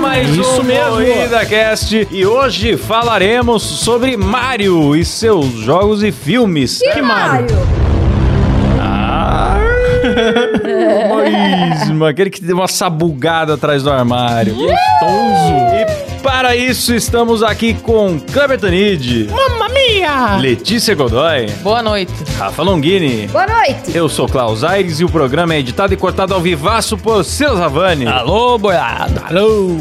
mais Isso um mesmo. MoídaCast e hoje falaremos sobre Mario e seus jogos e filmes. Que Mario? Ah, Moísmo, aquele que deu uma sabugada atrás do armário. Tonzo. E para isso estamos aqui com Kleber Tanid, Mamma mia! Letícia Godoy, Boa noite. Rafa Longini. Boa noite. Eu sou Klaus Aires e o programa é editado e cortado ao vivaço por Silas Havani. Alô, boiada! Alô!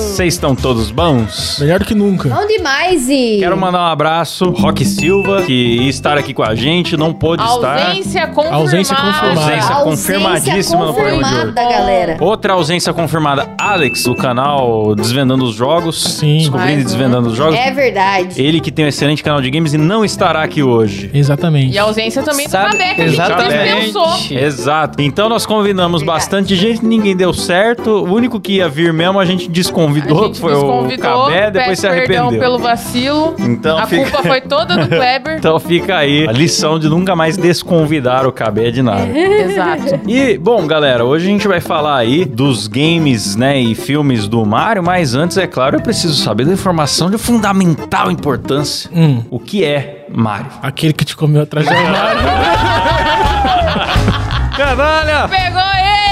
Vocês estão todos bons? Melhor do que nunca. Bom demais e... Quero mandar um abraço, Rock Silva, que ia estar aqui com a gente, não pôde estar. Ausência confirmada. Ausência confirmada. Ausência confirmadíssima no programa de hoje. confirmada, galera. Outra ausência confirmada, Alex, do canal Desvendando os Jogos. Sim. Descobrindo Mais e desvendando os jogos. É verdade. Ele que tem um excelente canal de games e não estará aqui hoje. Exatamente. E a ausência também do Sabe- Cadeca, que a gente exatamente. dispensou. Exato. Então nós convidamos Verdade. bastante gente, ninguém deu certo. O único que ia vir mesmo a gente desconvidou, A que gente foi o desconvidou, Cabé, depois peço se arrependeu. perdão pelo vacilo. Então a fica- culpa foi toda do Kleber. Então fica aí a lição de nunca mais desconvidar o Cabé de nada. Exato. E, bom, galera, hoje a gente vai falar aí dos games, né, e filmes do Mario, mas antes, é claro, eu preciso saber da informação de fundamental importância. Hum. O que é Mario? Aquele que te comeu atrás do armário. Caralho! Pegou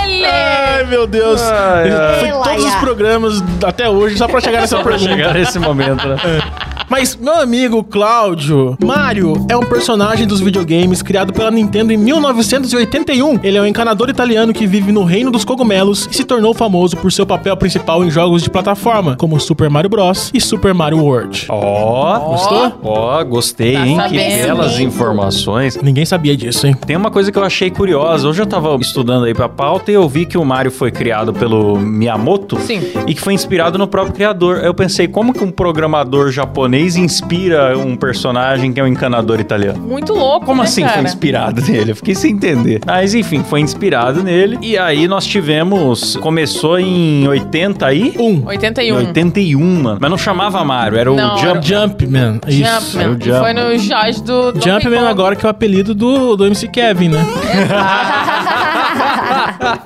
ele! Ah, Ai, meu Deus. Ai, ai. Foi todos os programas até hoje só pra chegar nessa Só pra pergunta. chegar nesse momento, né? Mas, meu amigo Cláudio, Mario é um personagem dos videogames criado pela Nintendo em 1981. Ele é um encanador italiano que vive no reino dos cogumelos e se tornou famoso por seu papel principal em jogos de plataforma, como Super Mario Bros. e Super Mario World. Ó, gostou? Ó, gostei, Tá hein? Que sabendo. belas informações. Ninguém sabia disso, hein? Tem uma coisa que eu achei curiosa. Hoje eu tava estudando aí pra pauta e eu vi que o Mario foi criado pelo Miyamoto. Sim. E que foi inspirado no próprio criador. Eu pensei, como que um programador japonês inspira um personagem que é um encanador italiano? Muito louco, Como né, assim foi cara? inspirado nele? Eu fiquei sem entender. Mas enfim, foi inspirado nele. E aí nós tivemos. Começou em 80 aí? Um. 81. Em 81, mano. Mas não chamava Mario, era o Não, Jump. Jumpman. Isso. Jumpman. é o Jumpman. Foi no jazz do Donkey Jumpman Kong. agora que é o apelido do, do MC Kevin, né?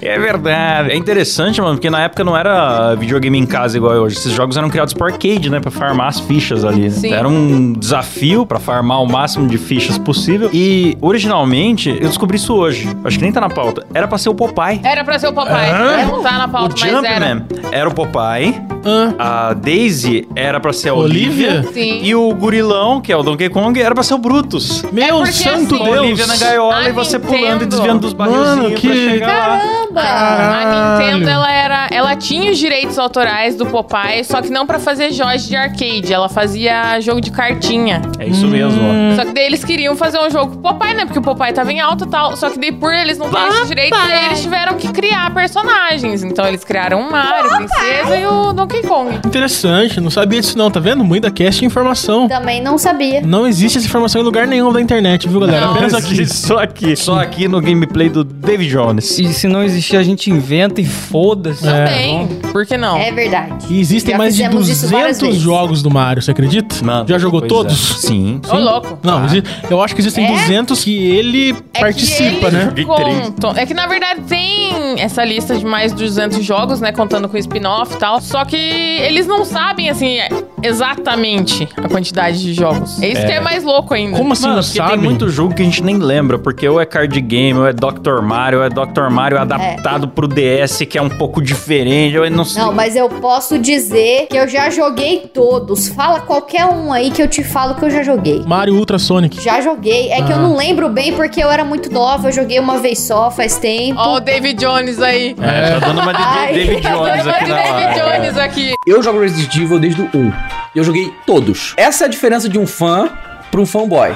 É verdade. É interessante, mano, porque na época não era videogame em casa igual é hoje. Esses jogos eram criados por arcade, né? Pra farmar as fichas ali. né? Sim. Era um desafio pra farmar o máximo de fichas possível. E, originalmente, eu descobri isso hoje. Acho que nem tá na pauta. Era pra ser o Popeye. Era pra ser o papai. Hã? Não tá na É pauta, o mas era. Jumpman era. o Popeye. Hã? A Daisy era pra ser a É Olivia. Olivia? Sim. E o gorilão, que é o Donkey Kong, era pra ser o Brutus. Meu porque santo assim- Com a Olivia Deus! na gaiola A e você pulando e Ah, Nintendo. desviando dos Mano, barrilzinhos pra que- chegar lá. Caramba. A Caralho. Nintendo, ela era. Ela tinha os direitos autorais do Popeye, só que não pra fazer jogos de arcade. Ela fazia jogo de cartinha. É isso mesmo, ó. Só que daí eles queriam fazer um jogo com o Popeye, né? Porque o Popeye tava em alta e tal. Só que daí por eles não terem esses direitos, daí eles tiveram que criar personagens. Então eles criaram o Mario, a Princesa e o Donkey Kong. Interessante, não sabia disso não, tá vendo? Muita cast de informação. Também não sabia. Não existe essa informação em lugar nenhum da internet, viu, galera? Não. Apenas aqui. Só aqui. Só aqui no gameplay do David Jones. E se não existir, a gente inventa e foda-se. Também. Por que não? É verdade. E existem Já mais de fizemos isso várias 200 vezes. jogos do Mario, você acredita? Já jogou todos? é. Sim. Ô, louco. é. Ah. Não, exi- eu acho que existem É? 200 que ele É participa, que né? eles Contam. É que na verdade tem essa lista de mais de 200 jogos, né? Contando com spin-off e tal. Só que eles não sabem, assim, exatamente a quantidade de jogos. É isso que é mais louco ainda. Como assim Mano, não porque sabe? tem muito jogo que a gente nem lembra, porque ou é card game, ou é Dr. Mario, ou é Dr. Mario adaptado pro DS, que é um pouco diferente, ou é não sei. Não, mas eu posso dizer que eu já joguei todos. Fala qualquer um aí que eu te falo que eu já joguei. Mario Ultra Sonic. Já joguei. É que eu Ah. não lembro bem porque eu era muito nova. Eu joguei uma vez só, faz tempo. Ó, o David Jones aí. É, tá dando uma de Ai. David Jones aqui na live. David Jones aqui. Eu jogo Resident Evil desde o 1. Eu joguei todos. Essa é a diferença de um fã para um fanboy.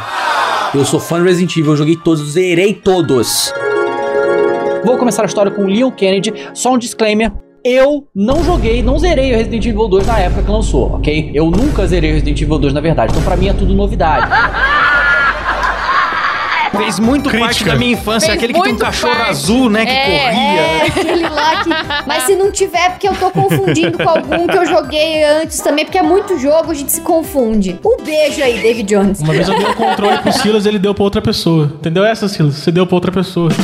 Eu sou fã de Resident Evil, eu joguei todos, eu zerei todos. Vou começar a história com o Leon Kennedy, só um disclaimer. Eu não joguei, não zerei o Resident Evil 2 na época que lançou, ok? Eu nunca zerei o Resident Evil 2, na verdade, então pra mim é tudo novidade. Fez muito parte Crítica. da minha infância, Fez aquele que tem um muito cachorro parte. azul, né, que É, corria. É, aquele lá que. Mas se não tiver, é porque eu tô confundindo com algum que eu joguei antes também, porque é muito jogo, a gente se confunde. Um beijo aí, David Jones. Uma vez eu dei o controle pro Silas, ele deu pra outra É. pessoa. Entendeu essa, Silas? Você deu pra outra pessoa.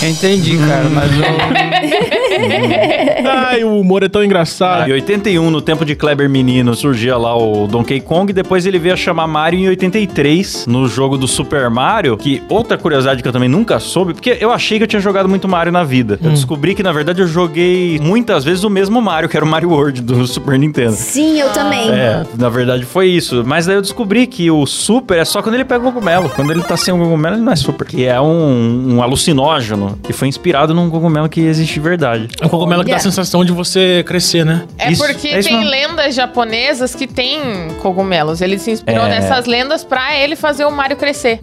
Eu entendi, cara, mas eu, Ai, o humor é tão engraçado. Em 81, no tempo de Kleber Menino, surgia lá o Donkey Kong. Depois ele veio a chamar Mario em 83, no jogo do Super Mario. Que outra curiosidade que eu também nunca soube, porque eu achei que eu tinha jogado muito Mario na vida. Eu descobri que, na verdade, eu joguei muitas vezes o mesmo Mario, que era o Mario World do Super Nintendo. Sim, eu também. É, na verdade foi isso. Mas daí eu descobri que o super é só quando ele pega o cogumelo. Quando ele tá sem o cogumelo, ele não é super. Que é um, um alucinógeno que foi inspirado num cogumelo que existe de verdade. É um cogumelo que dá a Olha. sensação de você crescer, né? É Isso, porque é isso tem mesmo. lendas japonesas que tem cogumelos. Ele se inspirou É. nessas lendas pra ele fazer o Mario crescer.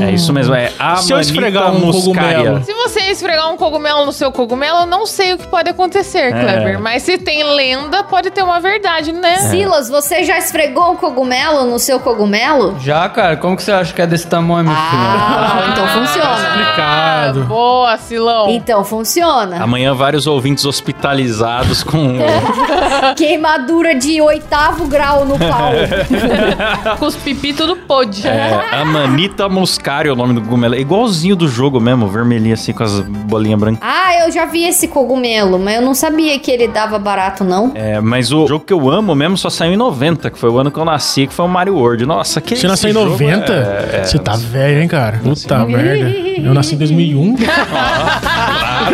É isso mesmo, é a Se eu esfregar manita um muscaria. cogumelo. Se você esfregar um cogumelo no seu cogumelo, eu não sei o que pode É. acontecer, Kleber. Mas se tem lenda, pode ter uma verdade, né? É. É. Silas, você já esfregou um cogumelo no seu cogumelo? Já, cara, como que você acha que é desse tamanho, meu filho? Ah, então funciona. Complicado. Boa, Silão. Então funciona. Amanhã vários ouvintes hospitalizados com Queimadura de oitavo grau no pau. Com os pipi tudo pôde. é, a manita muscaria, o nome do cogumelo. É igualzinho do jogo mesmo, vermelhinho assim com as bolinhas brancas. ah, eu já vi esse cogumelo, mas eu não sabia que ele dava barato, não. É, mas o jogo que eu amo mesmo só saiu em 90, que foi o ano que eu nasci, que foi o Mario World. Nossa, que Você nasceu em esse jogo 90? é- é- Você tá velho, hein, cara? Puta merda. Eu nasci em 2001. Tá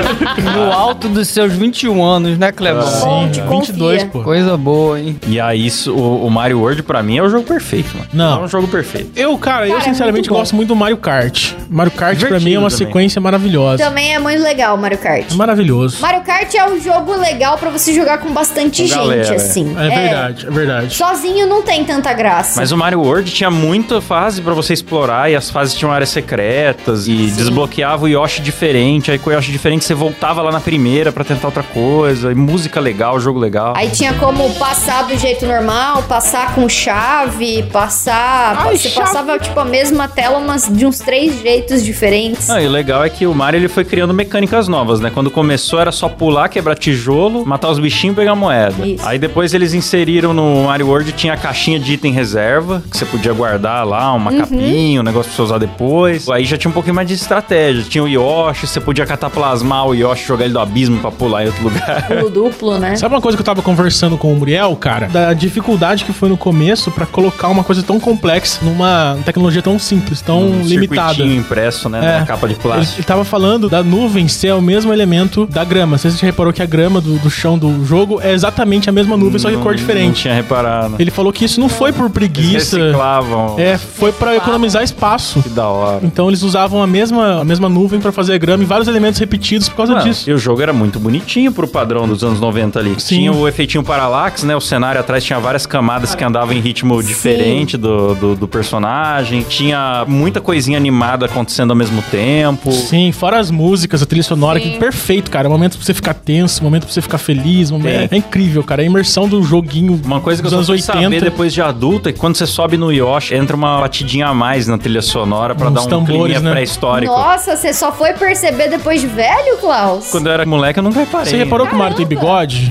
No alto dos seus 21 anos, né, Clebão? assim, Bom, te confia. 22, pô. Coisa boa, hein? E aí, isso- o, o Mario World pra mim é o jogo perfeito, mano. Não. É um jogo perfeito. Eu, cara, eu Cara, é sinceramente muito bom. gosto muito do Mario Kart. Mario Kart pra mim é Divertido uma também. sequência maravilhosa. Também é muito legal, Mario Kart. É maravilhoso. Mario Kart é um jogo legal pra você jogar com bastante Com gente, galera, é. assim. É verdade, é verdade. Sozinho não tem tanta graça. Mas o Mario World tinha muita fase pra você explorar e as fases tinham áreas secretas e desbloqueava o Yoshi diferente, aí com o Yoshi diferente você voltava lá na primeira pra tentar outra coisa, e música legal, jogo legal. Aí tinha como passar do jeito normal, passar com chave, passar. você passava tipo a mesma tela umas, de uns três jeitos diferentes. Ah, e o legal é que o Mario ele foi criando mecânicas novas, né? Quando começou era só pular, quebrar tijolo, matar os bichinhos e pegar moeda. Isso. Aí depois eles inseriram no Mario World tinha a caixinha de item reserva, que você podia guardar lá, uma capinha, um negócio pra você usar depois. Aí já tinha um pouquinho mais de estratégia. Tinha o Yoshi, você podia cataplasmar o Yoshi, jogar ele do abismo pra pular em outro lugar. Pulo duplo, né? Sabe uma coisa que eu tava conversando com o Muriel, cara? Da dificuldade que foi no começo pra colocar uma coisa tão complexa numa tecnologia tão simples, tão limitada. Um circuitinho impresso, né? É. Na capa de Ele, plástico. ele tava falando da nuvem ser o mesmo elemento da grama. Você já reparou que a grama do, do chão do jogo é exatamente a mesma nuvem, só que cor Não diferente. tinha reparado. Ele falou que isso não foi por Eles preguiça. reciclavam. É, foi pra economizar espaço. Que da hora. Então eles usavam a mesma, a mesma nuvem pra fazer a grama e vários elementos repetidos por causa Mano, disso. E o jogo era muito bonitinho pro padrão dos anos 90 ali. Sim. Tinha o efeitinho paralax, né? O cenário atrás tinha várias camadas que andavam em ritmo diferente do, do, do personagem. Tinha muita coisinha animada acontecendo ao mesmo tempo. Sim, fora as músicas, a trilha sonora, Sim. que perfeito, cara. Momento pra você ficar tenso, momento pra você ficar feliz. Momento... É incrível, cara. A imersão do joguinho Uma coisa que eu dos só anos fui 80. saber depois de adulto é que quando você sobe no Yoshi, entra uma batidinha a mais na trilha sonora pra Uns dar um tambores, climinha né? pré-histórico. Nossa, você só foi perceber depois de velho, Klaus? Quando eu era moleque, eu nunca reparei. Você reparou que o Mario tem bigode?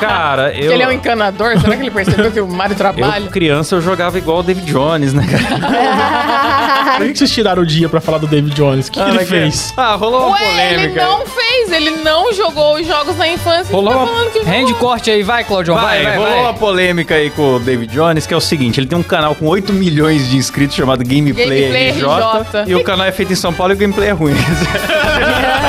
Cara, eu... Ele é um encanador? Será que ele percebeu que o Mario eu, trabalha? criança, eu jogava igual o David Jones, né, cara? Por que vocês tiraram o dia pra falar do David Jones? O que, que ele fez? Ah, rolou uma Ué, ele polêmica. não fez, ele não jogou os jogos na infância. Rolou Tá uma... falando que Rende jogou. corte aí, vai, Claudio, vai, Vai, vai, rolou vai. uma polêmica aí com o David Jones, que é o seguinte, ele tem um canal com 8 milhões de inscritos chamado Gameplay, Gameplay RJ, RJ. e o canal é feito em São Paulo e o gameplay é ruim.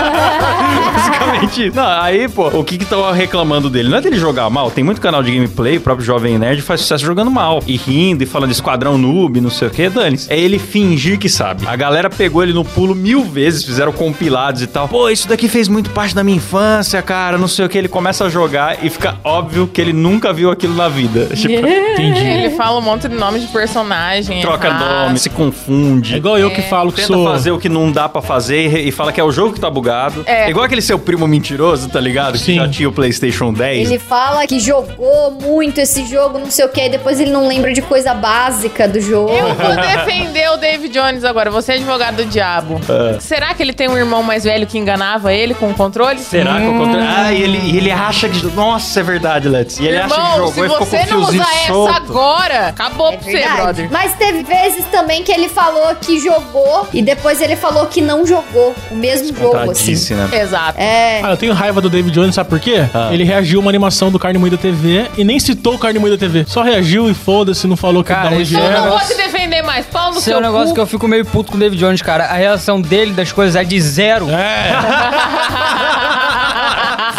Basicamente. isso. Não, aí, pô, o que que estão reclamando dele? Não é dele jogar mal, tem muito canal de gameplay, o próprio Jovem Nerd faz sucesso jogando mal, e rindo, e falando de esquadrão noob, não sei o que, dane É ele fingir que sabe. A galera pegou ele no pulo mil vezes, fizeram compilados e tal. Pô, isso daqui fez muito parte da minha infância, cara, não sei o que. Ele começa a jogar e fica óbvio que ele nunca viu aquilo na vida. Tipo, Entendi. Ele fala um monte de nome de personagem. troca errado. nome, se confunde. É igual eu que falo que Tenta sou. fazer o que não dá pra fazer e e fala que é o jogo que tá bugado. É. Igual aquele seu primo mentiroso, tá ligado? Que Sim. já tinha o PlayStation é 10. Ele fala que jogou muito esse jogo, não sei o que, e depois ele não lembra de coisa básica do jogo. Eu vou defender o David Jones agora. Você é advogado do diabo. É. Será que ele tem um irmão mais velho que enganava ele com o controle? Será que eu contra... Hum. Ah, e ele, e ele acha que. Nossa, é verdade, Let's. E ele acha que Irmão, jogou se e ficou com você um não fiozinho usar essa solto. agora, acabou É pra você, brother. Mas teve vezes também que ele falou é que jogou e depois ele falou que não jogou o mesmo jogo, assim. Contradice, né? Exato. É, É. Ah, eu tenho raiva do David Jones, sabe por quê? Ah. Ele reagiu a uma animação do Carne Moída TV e nem citou o Carne Moída TV. Só reagiu e foda-se, não falou que Cara, da onde isso Eu É, era. não vou nossa. te defender mais. Pau no Esse é seu um negócio cu. que eu fico meio puto com o David Jones, cara. A reação dele das coisas é de zero. É,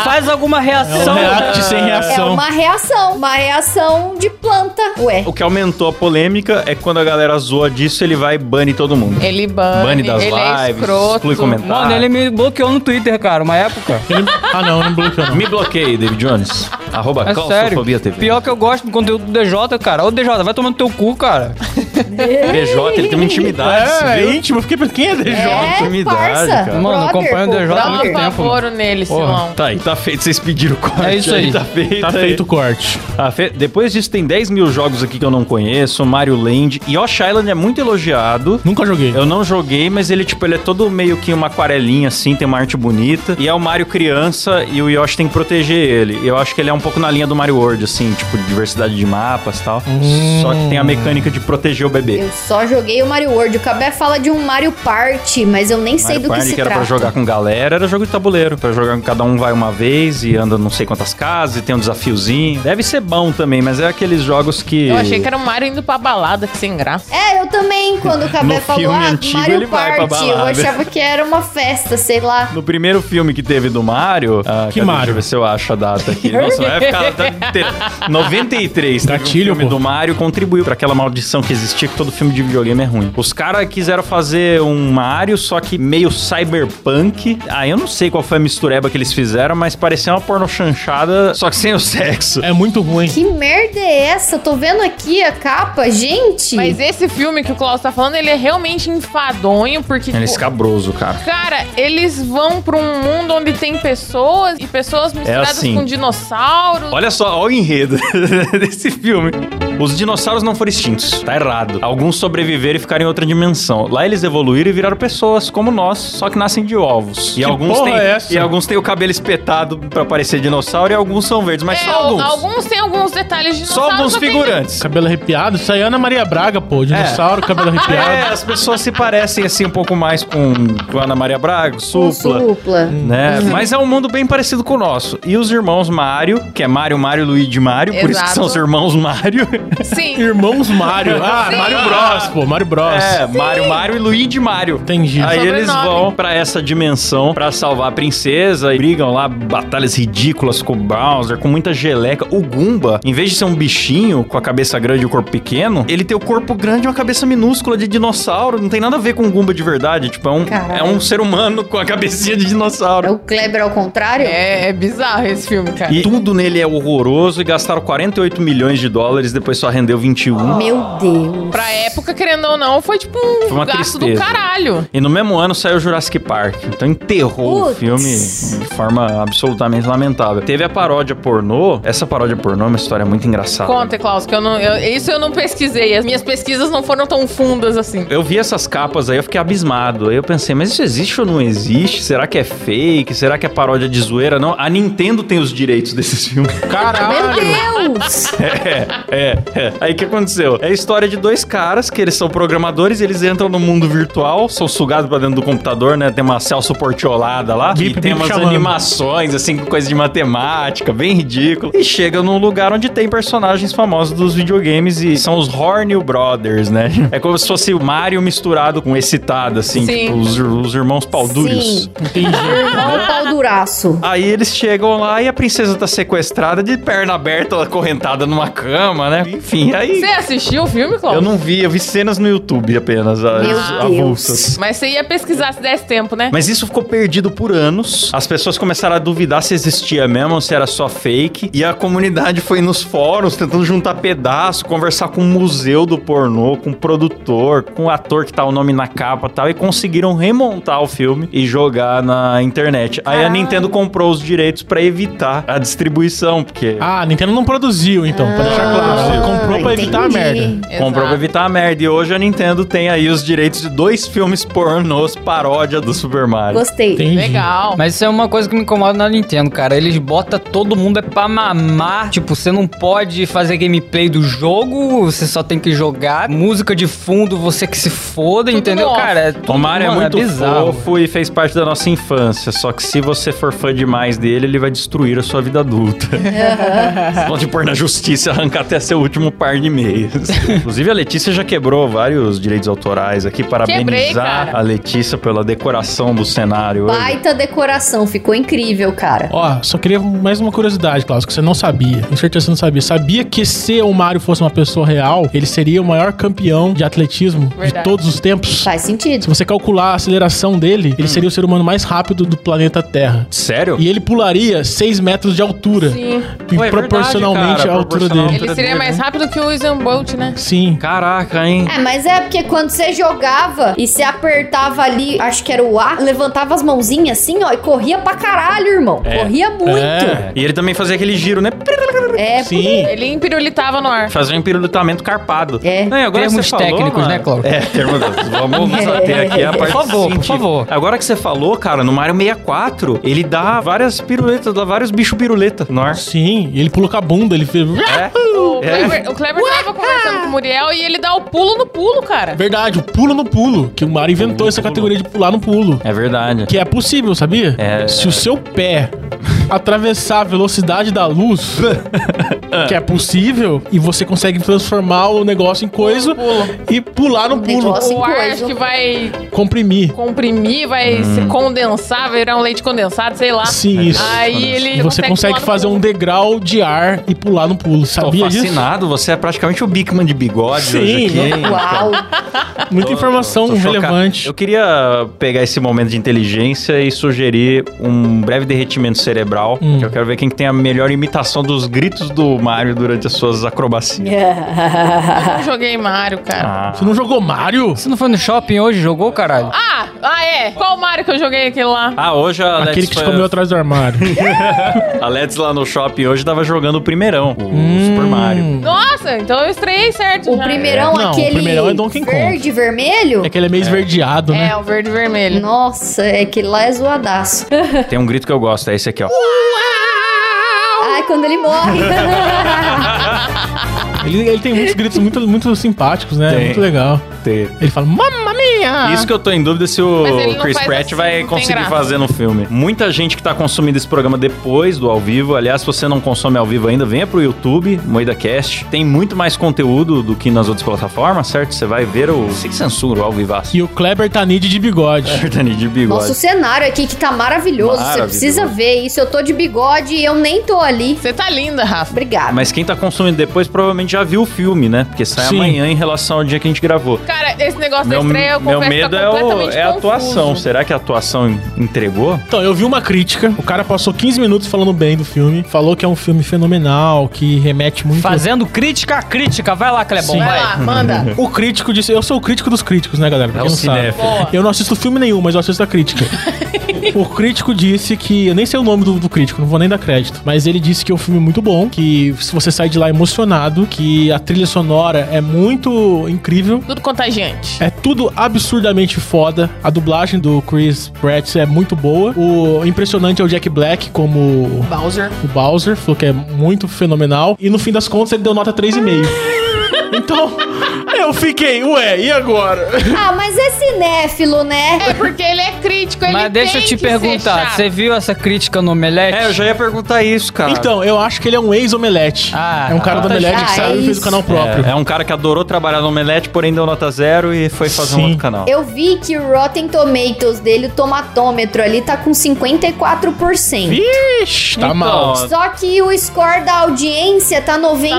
Faz alguma é um reação. react um sem É reação. uma reação, uma reação de planta. Ué. O que aumentou a polêmica é que quando a galera zoa disso, ele vai e bane todo mundo. Ele bane, Bane das ele é lives, exclui escroto. comentário. Mano, ele me bloqueou no Twitter, cara, uma época. Ele- Ah, não, não bloqueou não. Me bloqueei, David Jones. Arroba É sério. claustrofobia TV. Pior que eu gosto do conteúdo do DJ, cara. Ô, DJ, vai tomando teu cu, cara. PJ, ele tem uma intimidade. você É, viu? é íntimo. Eu fiquei pensando, quem é DJ? É, intimidade, parça. cara. Mano, Brother, acompanha o pô, DJ há Dá muito um tempo. favor nele, Silão. Tá aí, tá feito. Vocês pediram o corte. É isso aí. Tá feito. Tá aí. feito o corte. Tá fe- Depois disso, tem 10 mil jogos aqui que eu não conheço. Mario Land. E Yoshi Island é muito elogiado. Nunca joguei. Eu não joguei, mas ele, tipo, ele é todo meio que uma aquarelinha, assim, tem uma arte bonita. E é o Mario criança e o Yoshi tem que proteger ele. Eu acho que ele é um pouco na linha do Mario World, assim, tipo, diversidade de mapas e tal. Só que tem a mecânica de proteger o bebê. Eu só joguei o Mario World. O Cabé fala de um Mario Party, mas eu nem sei Mario do que Party, se que era trata. pra jogar com galera, era jogo de tabuleiro. Pra jogar com cada um vai uma vez e anda não sei quantas casas e tem um desafiozinho. Deve ser bom também, mas é aqueles jogos que... Eu achei que era o Mario indo pra balada, que sem graça. É, eu também, quando o Cabé No falou, filme ah, antigo, ele Mario vai pra Party, eu balada. achava que era uma festa, sei lá. No primeiro filme que teve do Mario. ah, cadê? Deixa Mario? eu ver se eu acho a data aqui. Nossa, vai ficar. até ter- 93. teve Gatilho, um filme pô. do Mario contribuiu pra aquela maldição que existia que todo filme de videogame é ruim. Os caras quiseram fazer um Mario, só que meio cyberpunk. Ah, eu não sei qual foi a mistureba que eles fizeram, mas parecia uma porno chanchada, só que sem o sexo. É muito ruim. Que merda é essa? Eu Tô vendo aqui a capa, gente. Mas esse filme que o Klaus tá falando, ele é realmente enfadonho, porque... Ele é tipo, escabroso, cara. Cara, eles vão pra um mundo onde tem pessoas e pessoas misturadas assim. com dinossauros. Olha só, olha o enredo desse filme. Os dinossauros não foram extintos, tá errado. Alguns sobreviveram e ficaram em outra dimensão. Lá eles evoluíram e viraram pessoas, como nós, só que nascem de ovos. E, Que alguns, porra têm, é essa? e alguns têm o cabelo espetado pra parecer dinossauro e alguns são verdes, mas É, só al- alguns. têm alguns detalhes de Só dinossauro. alguns tem- figurantes. Cabelo arrepiado. Isso aí é Ana Maria Braga, pô. Dinossauro, cabelo É, arrepiado. as pessoas se parecem assim um pouco mais com, com Ana Maria Braga, Com Supla. supla. né? Mas é um mundo bem parecido com o nosso. E os irmãos Mario, que é Mario, Mario, Luigi, Mario, por isso que Exato. são os irmãos Mario. Sim. Irmãos Mario. Ah, Sim. Mario Bros, pô. Mario Bros. É, Mario Mario e Luigi Mario. Entendi. Aí Sobrenome. eles vão pra essa dimensão pra salvar a princesa e brigam lá batalhas ridículas com o Bowser, com muita geleca. O Goomba, em vez de ser um bichinho com a cabeça grande e o corpo pequeno, ele tem o corpo grande e uma cabeça minúscula de dinossauro. Não tem nada a ver com o Goomba de verdade. Tipo, é um, Caralho. é um ser humano com a cabecinha de dinossauro. É o Kleber ao contrário? É, é bizarro esse filme, cara. E tudo nele é horroroso e gastaram 48 milhões de dólares, depois só rendeu 21. Meu Deus. Pra época, querendo ou não, foi tipo um Foi uma gasto do tristeza. caralho. E no mesmo ano saiu Jurassic Park. Então enterrou o Putz. filme de forma absolutamente lamentável. Teve a paródia pornô. Essa paródia pornô é uma história muito engraçada. Conta, Klaus, que eu não. eu- isso eu não pesquisei. As minhas pesquisas não foram tão fundas assim. Eu vi essas capas aí, eu fiquei abismado. Aí eu pensei, mas isso existe ou não existe? Será que é fake? Será que é paródia de zoeira? Não, a Nintendo tem os direitos desses filmes. Meu Caralho. Deus! É, é. Aí o que aconteceu? É a história de dois caras que eles são programadores, eles entram no mundo virtual, são sugados pra dentro do computador, né? Tem uma Celso Portiolada lá, Bip, e tem bip umas chamando. animações, assim, com coisa de matemática, bem ridículo. E chega num lugar onde tem personagens famosos dos videogames e são os Hornell Brothers, né? É como se fosse o Mario misturado com excitado, assim, Sim. tipo, os, os irmãos paudulhos. Sim. Irmão pau duraço. Aí eles chegam lá e a princesa tá sequestrada de perna aberta, acorrentada numa cama, né? Enfim, aí. Você assistiu o filme, Klaus? Eu não vi, eu vi cenas no YouTube apenas, as Meu avulsas. Mas você ia pesquisar se desse tempo, né? Mas isso ficou perdido por anos. As pessoas começaram a duvidar se existia mesmo ou se era só fake. E a comunidade foi nos fóruns tentando juntar pedaço, conversar com o museu do pornô, com o produtor, com o ator que tá o nome na capa e tal. E conseguiram remontar o filme e jogar na internet. Aí a Nintendo comprou os direitos pra evitar a distribuição, porque. Ah, a Nintendo não produziu, então, pra deixar claro. Mario. Comprou pra evitar a merda. Comprou pra Exato. evitar a merda. E hoje a Nintendo tem aí os direitos de dois filmes pornôs paródia do Super Mario. Gostei. Entendi. Legal. Mas isso é uma coisa que me incomoda na Nintendo, cara. Eles botam todo mundo é pra mamar. Tipo, você não pode fazer gameplay do jogo, você só tem que jogar. Música de fundo, você que se foda, Tudo entendeu? no off. Cara, é tudo, O Mario é mano, muito bizarro. fofo e fez parte da nossa infância. Só que se você for fã demais dele, ele vai destruir a sua vida adulta. Vão te pôr na justiça e arrancar até seu último par de meias. Inclusive, a Letícia já quebrou vários direitos autorais aqui. Parabenizar cara. a Letícia pela decoração do cenário. hoje. Baita decoração, ficou incrível, cara. Ó, só queria mais uma curiosidade, Klaus, que você não sabia. Com certeza você não sabia. Sabia que se o Mario fosse uma pessoa real, ele seria o maior campeão de atletismo de Verdade. todos os tempos? Faz Se sentido. você calcular a aceleração dele, Hum. ele seria o ser humano mais rápido do planeta Terra. Sério? E ele pularia 6 metros de altura. Sim. E Ué, é proporcionalmente verdade, cara, à altura proporcional. dele. Ele seria mais né? rápido que o Usain Bolt, né? Sim. Caraca, hein? É, mas é porque quando você jogava e você apertava ali, acho que era o A, levantava as mãozinhas assim, ó, e corria pra caralho, irmão. Corria muito. É. E ele também fazia aquele giro, né? É, Sim. Ele empirulitava no ar. Fazer um empirulitamento carpado. É. Não, e agora que Termos você falou, técnicos, mano- né, Cláudio? É, termos Vamos bater aqui a Por parte favor, por científica. favor. Agora que você falou, cara, no Mario 64, ele dá várias piruletas, dá vários bicho piruleta no ar. Sim. E ele pula com a bunda, ele fez. É. O É. Kleber, o Kleber tava conversando com o Muriel e ele dá o pulo no pulo, cara. Verdade, o pulo no pulo. Que o Mario inventou essa categoria de pular no pulo. É verdade. Que é possível, sabia? É. Se o seu pé atravessar a velocidade da luz, que é possível, e você consegue transformar o negócio em coisa e pular no pulo, negócio- O ar coisa. acho que vai comprimir. comprimir, Hum. vai se condensar, vai virar um leite condensado, sei lá. Sim, isso. Aí ele Você consegue pular no fazer um pulo. degrau de ar e pular no pulo. Tô Sabia disso? fascinado, você é praticamente o Bigman de bigode Sim, hoje aqui. hein? Uau. Muita informação Tô chocado. relevante. Eu queria pegar esse momento de inteligência e sugerir um breve derretimento cerebral. Hum. Que eu quero ver quem tem a melhor imitação dos gritos do Mario durante as suas acrobacias. Eu joguei Mario, cara. Ah. Você não jogou Mario? Você não foi no shopping hoje, jogou, caralho? Ah, ah, é. Qual Mario que eu joguei aquele lá? Ah, hoje a Let's, Aquele que te foi- comeu atrás do armário. a Let's lá no shopping hoje tava jogando o primeirão, o Hum. Super Mario. Nossa, então eu estreiei certo. O já. primeirão, Não, o aquele primeirão é Donkey Kong. verde, vermelho? é que ele é meio esverdeado, né? É, o verde e vermelho. Nossa, é que lá é zoadaço. Tem um grito que eu gosto, é esse aqui, ó. Ai, quando ele morre. Ele, ele tem muitos gritos muito, muito simpáticos, né? Tem. Muito legal. Tem. Ele fala, mamma mia! Ah. Isso que eu tô em dúvida se Mas ele o não Chris faz Pratt assim, não vai tem conseguir graça. fazer no filme. Muita gente que tá consumindo esse programa depois do ao vivo, aliás, se você não consome ao vivo ainda, venha pro YouTube, MoidaCast. Tem muito mais conteúdo do que nas outras plataformas, certo? Você vai ver o Sem Censura, o ao vivaço. E o Kleber Tanid de bigode. Sertanejo de bigode. Nossa, o cenário aqui que tá maravilhoso. Você Maravilhoso. precisa ver isso. Eu tô de bigode e eu nem tô ali. Você tá linda, Rafa. Obrigada. Mas quem tá consumindo depois provavelmente já viu o filme, né? Porque sai Sim. amanhã em relação ao dia que a gente gravou. Cara, esse negócio Meu, da estreia, eu meu confesso que medo tá é, o, completamente é a confuso. atuação. Será que a atuação entregou? Então, eu vi uma crítica. O cara passou 15 minutos falando bem do filme. Falou que é um filme fenomenal, que remete muito... Fazendo crítica a crítica. Vai lá, Clebão, Sim. Vai vai. lá, manda. O crítico disse... Eu sou o crítico dos críticos, né, galera? Pra É quem o não sabe. cinéfilo. Boa. Eu não assisto filme nenhum, mas eu assisto a crítica. o crítico disse que. Eu nem sei o nome do, do crítico, não vou nem dar crédito. Mas ele disse que é um filme muito bom, que se você sai de lá emocionado, que a trilha sonora é muito incrível. Tudo contagiante. É tudo absurdamente foda. A dublagem do Chris Pratt é muito boa. O impressionante é o Jack Black como Bowser. o Bowser, falou que é muito fenomenal. E no fim das contas ele deu nota 3,5. então, eu fiquei, ué, e agora? Ah, mas é cinéfilo, né? É porque ele é crítico, ele Mas deixa eu tem te que ser perguntar, chato. você viu essa crítica no Omelete? É, eu já ia perguntar isso, cara. Então, eu acho que ele é um ex-omelete. Ah, é um cara do tá Omelete que já, saiu é e fez o isso. canal próprio. É, é um cara que adorou trabalhar no Omelete, porém deu nota zero e foi fazer Sim. um outro canal. Eu vi que o Rotten Tomatoes dele, o tomatômetro ali, tá com 54%. Vixe, tá mal. Só que o score da audiência tá 95%. Tá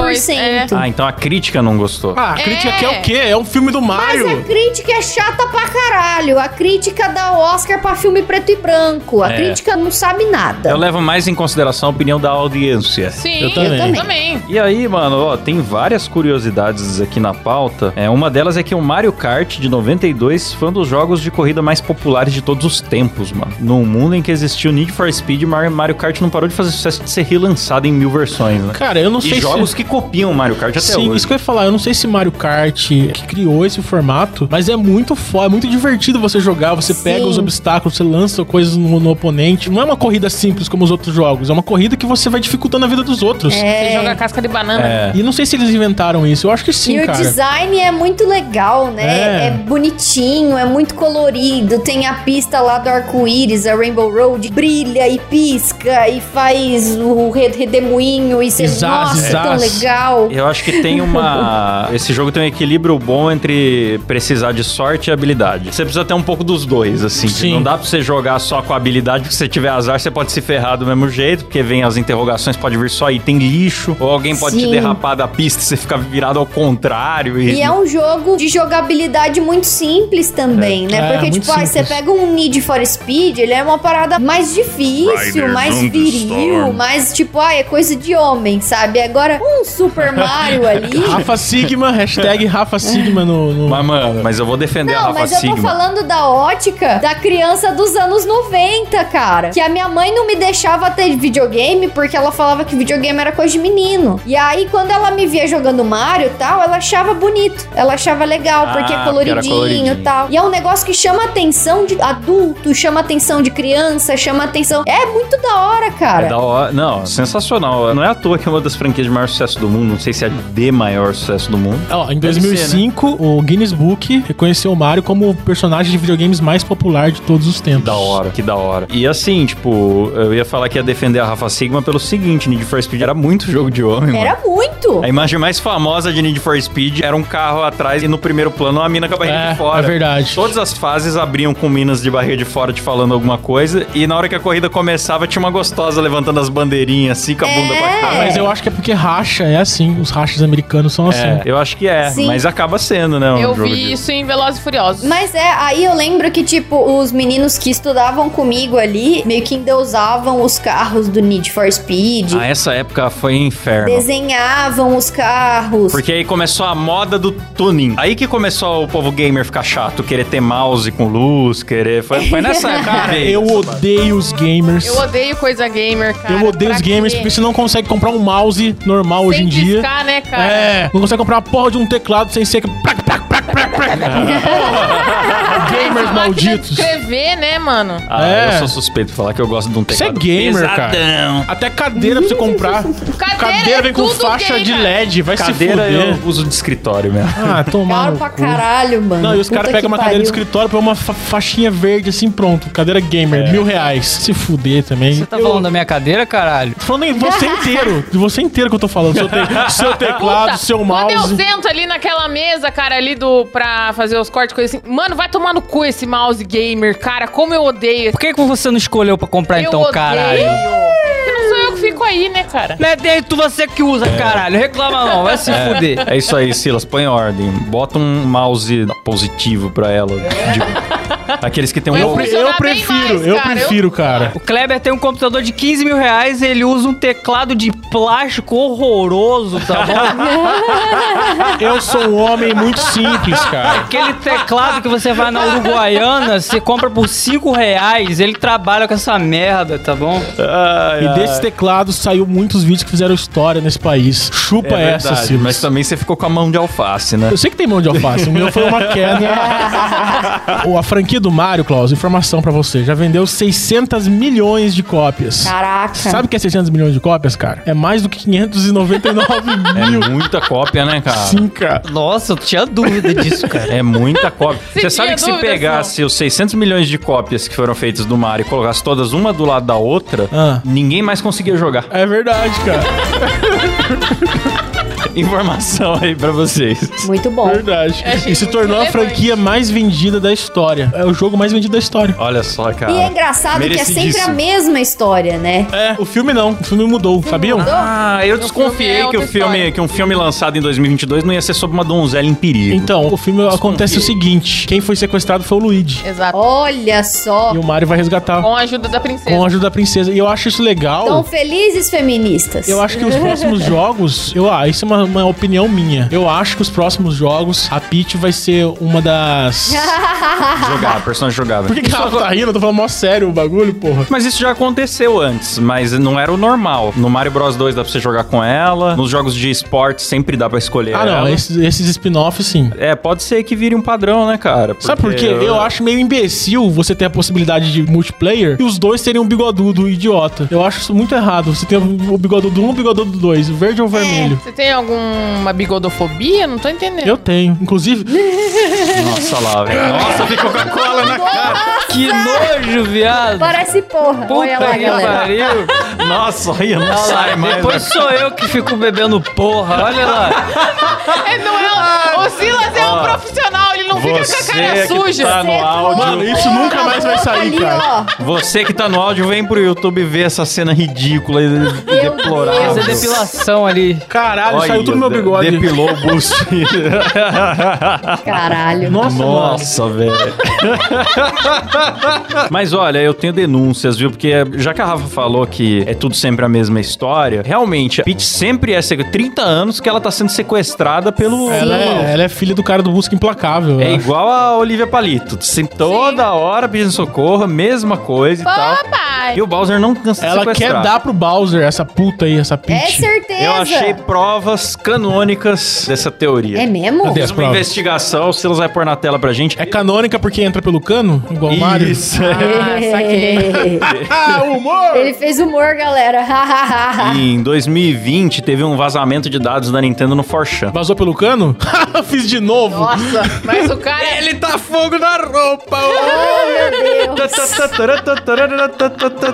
98, é. Ah, então a crítica não gostou. Ah, a É. crítica aqui é o quê? É um filme do Mas a Mario. crítica é chata pra caralho. A crítica dá Oscar pra filme preto e branco. A É. crítica não sabe nada. Eu levo mais em consideração a opinião da audiência. Sim, Eu também. Eu também. E aí, mano, ó, tem várias curiosidades aqui na pauta. É, uma delas é que o Mario Kart de 92 foi um dos jogos de corrida mais populares de todos os tempos, mano. Num mundo em que existiu Need for Speed, Mar- Mario Kart não parou de fazer sucesso de ser relançado em mil versões, né? Cara, eu não sei E jogos que copiam Mario Kart até se... hoje. Sim, isso que eu ia falar. Eu não sei se Mario Kart que criou esse formato, mas é muito foda, é muito divertido você jogar. Você pega os obstáculos, você lança coisas no, no oponente. Não é uma corrida simples como os outros jogos. É uma corrida que você vai dificultando a vida dos outros. Você joga casca de banana. É. E eu não sei se eles inventaram isso. Eu acho que sim, e cara. o design é muito legal, né? É. É. bonitinho, é muito colorido. Tem a pista lá do arco-íris, a Rainbow Road, brilha e pisca e faz o re- redemoinho e você, Zaz, nossa, é tão zaz. legal. Eu acho que tem uma. Esse jogo tem um equilíbrio bom entre precisar de sorte e habilidade. Você precisa ter um pouco dos dois, assim. Sim. Não dá pra você jogar só com habilidade, porque se você tiver azar, você pode se ferrar do mesmo jeito, porque vem as interrogações, pode vir só item lixo, ou alguém pode te Sim. derrapar da pista e você ficar virado ao contrário. E, E é um jogo de jogabilidade muito simples também, né? É, Porque, muito tipo, ah, você simples. pega um Need for Speed, ele é uma parada mais difícil, mais viril, mais, tipo, ah, é coisa de homem, sabe? Agora, um Super Mario ali... Rafa Sigma, hashtag Rafa Sigma no. no- Mas, mano, mas eu vou defender a Não, Rafa mas eu tô Sigma. falando da ótica da criança dos anos 90, cara. Que a minha mãe não me deixava ter videogame porque ela falava que videogame era coisa de menino. E aí, quando ela me via jogando Mario e tal, ela achava bonito. Ela achava legal, Ah, porque é porque era coloridinho coloridinho. e tal. E é um negócio que chama atenção de adulto, chama atenção de criança, chama atenção. É muito da hora, É cara. da hora. Não, sensacional. Não é à toa que é uma das franquias de maior sucesso do mundo. Não sei se é de maior sucesso do mundo. Ó, em Deve ser, né? 2005, o Guinness Book reconheceu o Mario como o personagem de videogames mais popular de todos os tempos. Da hora, que da hora. E assim, tipo, eu ia falar que ia defender a Rafa Sigma pelo seguinte: Need for Speed era muito jogo de homem, mano. Era muito. A imagem mais famosa de Need for Speed era um carro atrás e no primeiro plano uma mina com a barriga É, de fora. é verdade. Todas as fases abriam com minas de barriga de fora te falando alguma coisa e na hora que a corrida começava tinha uma gostosa levantando as bandeirinhas assim com a bunda pra cá. Mas eu acho que é porque racha é assim. Os rachas americanos são assim. É, eu acho que é, Sim. mas acaba sendo, é né? Um Eu jogo vi de- isso em Velozes e Furiosos. Mas é, aí eu lembro que, tipo, os meninos que estudavam comigo ali, meio que endeusavam os carros do Need for Speed, Ah, essa época foi inferno. desenhavam os carros. Porque aí começou a moda do tuning. Aí que começou o povo gamer ficar chato, querer ter mouse com luz, querer. Foi, foi nessa época. Cara, eu odeio os gamers. Eu odeio coisa gamer, cara. Eu odeio Pra os gamers quê? porque você não consegue comprar um mouse normal hoje Sem em dia. piscar, né, cara? É, não consegue comprar a porra de um teclado sem ser. que- Prac, prac, prac, prac, prac. Gamers Essa máquina de malditos. escrever, né, mano? Ah, É. eu sou suspeito de falar que eu gosto de um Você é teclado. gamer, cara. pesadão. Até cadeira pra você comprar. Cadeira, é vem com tudo faixa gamer. de LED, vai se Cadeira fuder. eu uso de escritório mesmo. Ah, tomar. Caro no pra cu. caralho, mano. Não, e os Puta caras que pegam uma cadeira de pariu. escritório, põe uma fa- faixinha verde assim, pronto. Cadeira gamer, mil reais. Se fuder também. Você tá falando da minha cadeira, caralho? Tô falando de você inteiro. De você inteiro que eu tô falando. Seu, te- seu teclado, Puta, seu Quando eu mouse. sento ali naquela mesa, cara, ali do. pra fazer os cortes, coisa assim. Mano, vai tomar no cu esse mouse gamer, cara. Como eu odeio. Por que, que você não escolheu pra comprar Eu então, odeio. caralho? Porque não sou eu que fico aí, né, cara? Não é dentro você que usa, caralho. Reclama não, vai se fuder. É isso aí, Silas, põe em ordem. Bota um mouse positivo pra ela. De- Aqueles que tem um. Mas Eu, logo- pre- funcionar eu bem prefiro, mais, eu cara. prefiro, cara. O Kleber tem um computador de 15 mil reais, ele usa um teclado de plástico horroroso, tá bom? Eu sou um homem muito simples, cara. Aquele teclado que você vai na Uruguaiana, você compra por 5 reais, ele trabalha com essa merda, tá bom? Ai, E ai. desses teclados saiu muitos vídeos que fizeram história nesse país. Chupa É essa, verdade, Silas. mas também você ficou com a mão de alface, né? Eu sei que tem mão de alface, o meu foi uma queda. Ô, a franquia do Mario, Klaus, informação pra você, já vendeu 600 milhões de cópias. Caraca. Sabe o que é 600 milhões de cópias, cara? É mais do que 599 É mil. muita cópia, né, cara? Sim, cara. Nossa, eu tinha dúvida disso, cara. É muita cópia. Você tinha sabe que se dúvidas, pegasse os 600 milhões de cópias que foram feitas do Mario e colocasse todas uma do lado da outra, Ah. ninguém mais conseguia jogar. É verdade, cara. Informação aí pra vocês. Muito bom. Verdade. Achei E se muito tornou a relevante. franquia mais vendida da história. É o jogo mais vendido da história. Olha só, cara. E é engraçado que é sempre a Merecidíssimo. mesma história, né? É, o filme não. O filme mudou, sabiam? Ah, eu desconfiei filme é que, o outra filme, história. que um filme lançado em 2022 não ia ser sobre uma donzela em perigo. Então, o filme acontece o Desconfiei. seguinte: quem foi sequestrado foi o Luigi. Exato. Olha só. E o Mario vai resgatar Com a ajuda da com a princesa. ajuda da princesa. E eu acho isso legal. Tão felizes feministas. Eu acho que os próximos jogos. Eu, ah, isso é uma, uma opinião minha. Eu acho que os próximos jogos, a Peach vai ser uma das. Jogar, personagem jogável. Por que, que ela tá rindo? Eu tô falando mó sério o bagulho, porra. Mas isso já aconteceu antes, mas não era o normal. No Mario Bros 2 dá pra você jogar com ela, nos jogos de esporte sempre dá pra escolher Ah, não. ela. Esses, esses spin-offs, sim. É, pode ser que vire um padrão, né, cara? Sabe por quê? Eu acho meio imbecil você ter a possibilidade de multiplayer e os dois terem um bigodudo idiota. Eu acho isso muito errado. Você tem o bigodudo 1 e o bigodudo 2, o verde ou o vermelho. Você tem alguma bigodofobia? Não tô entendendo. Eu tenho. Inclusive, Nossa lá, velho. Nossa, tem Coca-Cola na cara. Que nojo, viado. Parece porra. Olha Puta lá, que galera. pariu. Nossa, olha, não Olha lá, sai mais. depois né? sou eu que fico bebendo porra, olha lá. É, não é o, o Silas é um profissional, ele não fica com a cara Você que suja. tá no Você áudio. falou, Mano, isso nunca cala mais a vai boca sair, ali, cara. ó. Você que tá no áudio, vem pro YouTube ver essa cena ridícula e e Meu deplorável. Deus. Essa depilação ali. é caralho, Olha, saiu tudo meu de- bigode. Depilou o busto. Caralho. Nossa, mano. Nossa, velho. Mas olha, eu tenho denúncias, viu? Porque eh, já que a Rafa falou que é tudo sempre a mesma história, realmente, a Peach sempre é sequestrada. 30 anos que ela tá sendo sequestrada pelo. Ela é, ela é filha do cara do Busca Implacável. É É igual a Olivia Palito. Sem toda hora pedindo socorro, mesma coisa e tal. Papai. E o Bowser não cansa de Ela quer sequestrar. dar pro Bowser essa puta aí, essa É Peach. certeza. Eu achei provas canônicas dessa teoria. É mesmo? Cadê? Fiz as uma provas. investigação, o Silas vai pôr na tela pra gente. É canônica porque entra pelo cano, igual o Mario. Isso. Ah, é. saquei. Ah, humor! Ele fez humor, galera. Em 2020 teve um vazamento de dados da Nintendo no 4chan. Vazou pelo cano? Fiz de novo. Nossa, mas o cara é Ele tá fogo na roupa! oh, meu Deus.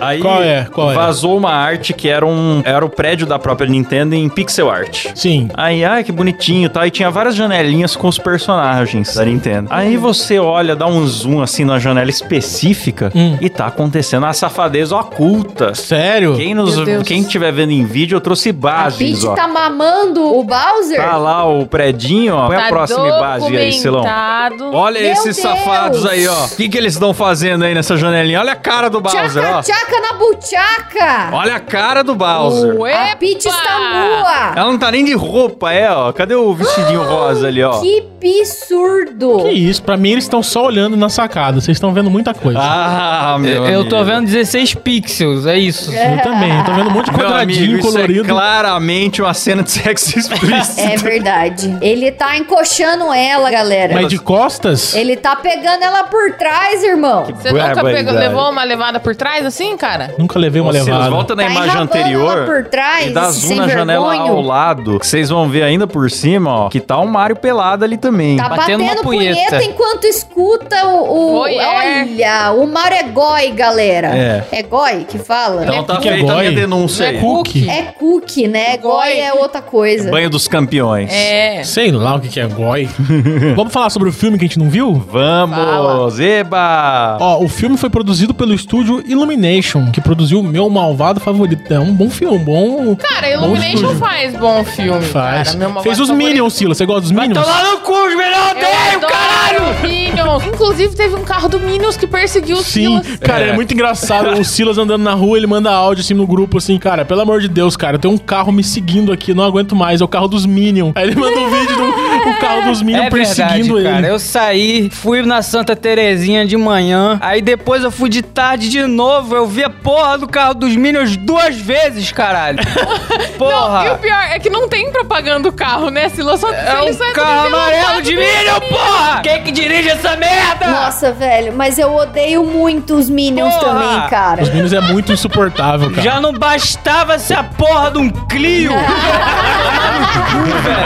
Aí Qual é? Qual é? vazou uma arte que era um era o prédio da própria Nintendo em pixel art. Sim. Aí, ai, que bonitinho, tá? E tinha várias janelinhas com os personagens da Nintendo. Aí você olha, dá um zoom assim na janela específica Hum. e tá acontecendo a safadeza oculta. Sério? Quem nos, Meu Deus. quem tiver vendo em vídeo, eu trouxe A bases, Peach ó. tá mamando o Bowser? Tá lá o predinho, ó. Põe é a próxima imagem aí, Silão. tá documentado. Olha Tá Meu esses Deus! safados aí, ó. O que, que eles estão fazendo aí nessa janelinha? Olha a cara do Bowser, ó. Tchaca, tchaca na buchaca. Olha a cara do Bowser. A Ué, Peach está nua. Ela não tá nem de roupa, é, ó. Cadê o vestidinho rosa ali, ó? Que absurdo. Que isso? Pra mim, eles estão só olhando na sacada. Vocês estão vendo muita coisa. Ah, meu Eu tô amigo. vendo 16 pixels, é isso. Eu também. Tô vendo um monte de Meu quadradinho amigo, isso colorido. é claramente uma cena de sexo explícito. É verdade. Ele tá encoxando ela, galera. Mas de costas? Ele tá pegando ela por trás, irmão. Tá você nunca pegou, barbaridade. levou uma levada por trás assim, cara? Nunca levei uma Ô, Silas, levada. volta na Tá imagem enrabando anterior ela por trás, e dá zoom sem na janela vergonho. ao lado, que vocês vão ver ainda por cima, ó, que tá o Mario pelado ali também. Tá Batendo uma batendo, punheta. punheta enquanto escuta o. o- Voyeur. olha, o Mauro é goi, galera. É. goi que fala? Então tá que é feita a minha boy? denúncia aí. Cookie? É cookie, né? Goi. Goi é outra coisa. Banho dos campeões. É. Sei lá o que que é goi. Vamos falar sobre o filme que a gente não viu? Vamos, Eba! Ó, o filme foi produzido pelo estúdio Illumination, que produziu o meu malvado favorito. É um bom filme, um bom. Cara, bom Illumination estúdio. faz bom filme. Faz. Cara, Meu malvado Fez os favorito. Minions, Silas. Você gosta dos Minions? no cu, melhor Eu adoro Minions. Inclusive, teve um carro do Minions que perseguiu o Sim, Silas. cara, é. muito engraçado. O Silas andando na rua, ele manda áudio assim no grupo, assim, cara, pelo amor de Deus, cara, tem um carro me seguindo aqui, não aguento mais, é o carro dos Minions. Aí ele manda um vídeo do o carro dos Minions É verdade, perseguindo cara. ele. Eu saí, fui na Santa Terezinha de manhã, aí depois eu fui de tarde de novo, eu vi a porra do carro dos Minions duas vezes, caralho. Porra. E o pior é que não tem propaganda do carro, né, Silas? Só é ele só um carro desenhado amarelo de do- Minion, porra! Quem é que dirige essa merda? Nossa, velho, mas eu odeio muito os Minions Porra! também, cara. Os Minions é Tá. muito insuportável, cara. Já não bastava ser a porra de um Clio. Tomar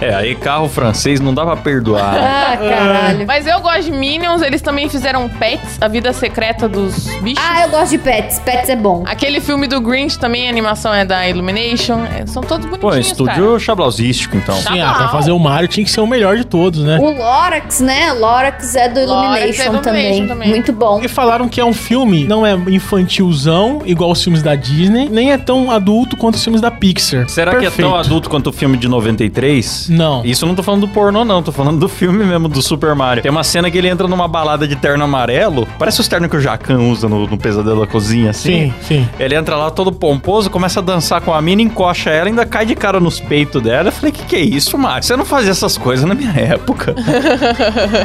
É, aí carro francês não dá pra perdoar. Ah, caralho. Mas eu gosto de Minions, eles também fizeram Pets, A Vida Secreta dos Bichos. Ah, eu gosto de pets. Pets é bom. Aquele filme do Grinch também, a animação é da Illumination. é, são todos Pô, bonitinhos, estúdio chablausístico, então. Tá Sim, ah, pra mal. fazer o Mario tinha que ser o melhor de todos, né? O Lorax, né? Lorax é do Lorax é Illumination, do também. Illumination também. Muito bom. E falaram que é um filme, não é infantilzão, igual os filmes da Disney, nem é tão adulto quanto os filmes da Pixar. Será que é tão Perfeito. adulto quanto o filme de 93? Não. Isso eu não tô falando do pornô, não. Tô falando do filme mesmo, do Super Mario. Tem uma cena que ele entra numa balada de terno amarelo. Parece os ternos que o Jacan usa no, no Pesadelo da Cozinha, assim. Sim, sim. Ele entra lá todo pomposo, começa a dançar com a mina, encoxa ela, ainda cai de cara nos peitos dela. Eu falei, que que é isso, Mario? Você não fazia essas coisas na minha época.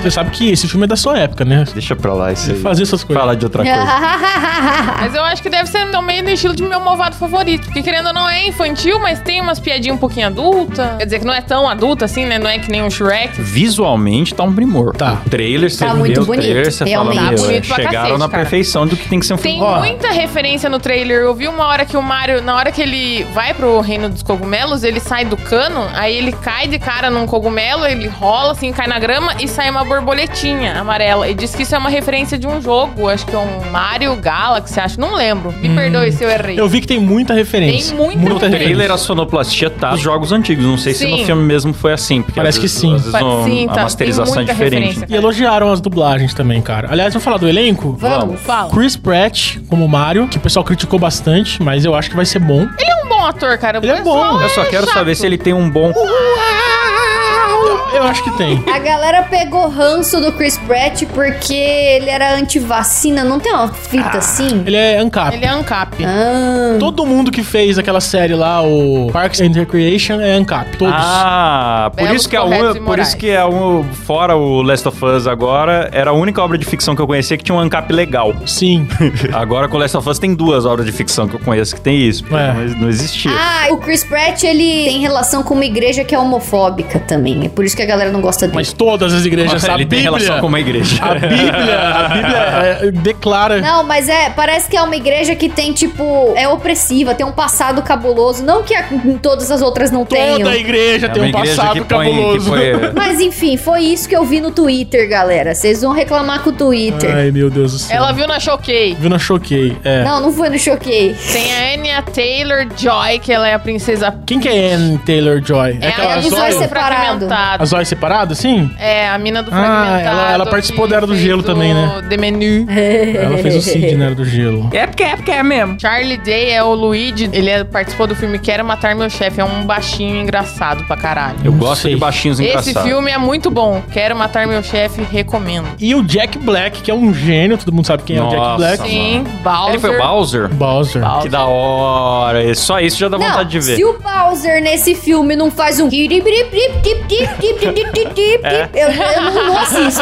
Você sabe que esse filme é da sua época, né? Deixa pra lá isso Você aí. fazia essas coisas. Fala de outra coisa. Mas eu acho que deve ser também do estilo de meu malvado favorito. Porque querendo ou não, é infantil, mas tem umas piadinhas um pouquinho adulta. Quer dizer, que não é tão adulta assim, né? Não é que nem o Shrek. Visualmente tá um primor. Tá. O trailer, você Tá vê muito o trailer, bonito, você realmente. fala, Tá meu, bonito pra chegaram cacete, na cara. perfeição do que tem que ser um filme. Tem Ó, muita referência no trailer. Eu vi uma hora que o Mario, na hora que ele vai pro reino dos cogumelos, ele sai do cano, aí ele cai de cara num cogumelo, ele rola assim, cai na grama e sai uma borboletinha amarela. E diz que isso é uma referência de um jogo, acho que é um Mario Galaxy, acho, não lembro. Me perdoe se eu errei. Hum. Eu vi que tem muita referência. Tem muita No trailer, a sonoplastia tá nos jogos antigos. Não sei se Sim. no filme mesmo foi assim. Porque Parece às que vezes- sim. Às vezes Pa- não- sim, a tá. masterização é Tem muita diferente. referência. E elogiaram as dublagens também, cara. Aliás, vamos falar do elenco? Vamos. Fala. Chris Pratt como Mario, que o pessoal criticou bastante, mas eu acho que vai ser bom. Ele é um bom ator, cara. O Ele é pessoal bom. Eu só quero Ah, chato. saber se ele tem um bom. Eu, eu acho que tem. A galera pegou ranço do Chris Pratt porque ele era antivacina. Não tem uma fita assim? Ele é ANCAP. Ele é ANCAP. Ah, Todo mundo que fez aquela série lá, o Parks and Recreation, é ANCAP. Todos. Ah, por Belos, isso que é corretos um, e por morais. isso que é um, fora o Last of Us agora, era a única obra de ficção que eu conhecia que tinha um ancap legal. Sim. Agora com o Last of Us tem duas obras de ficção que eu conheço que tem isso, porque É. não, não existia. Ah, o Chris Pratt, ele tem relação com uma igreja que é homofóbica também. É por isso que a galera não gosta dele. Mas todas as igrejas, a ele tem Bíblia... relação com uma igreja. A Bíblia, a Bíblia é, declara... Não, mas é, parece que é uma igreja que tem, tipo, é opressiva, tem um passado cabuloso. Não que a- todas as outras não tenham. Toda a É igreja tem um passado cabuloso. Mas enfim, foi isso que eu vi no Twitter, galera. Vocês vão reclamar com o Twitter. Ai, meu Deus do céu. Ela viu na Choquei. Viu na Choquei, é. Não, não foi no Choquei. Tem a Anya Taylor-Joy, que ela é a princesa... Quem que é Anne Taylor-Joy? É a aquela mina do Zoe? fragmentado. Separado. A Zoe separada, sim? É, a mina do Ah, fragmentado. ela- ela participou que da Era do fez Gelo o também, né? The Menu. Ela fez o Cid né? na Era do Gelo. É porque é porque é mesmo. Charlie Day é o Luigi. Ele é- participou do filme Quero Matar Meu Chefe. É um baixinho engraçado pra caralho. Eu Não gosto sei. de baixinhos Esse engraçados. filme é muito bom. Quero Matar Meu Chefe, recomendo. E o Jack Black, que é um gênio, todo mundo sabe quem é o Jack Nossa. Black. Sim, Bowser. Ele foi o Bowser? Bowser. Que da hora. E Só isso já dá Não, vontade de ver. se o Bowser nesse filme não faz um. É. Eu, eu não, não assisto.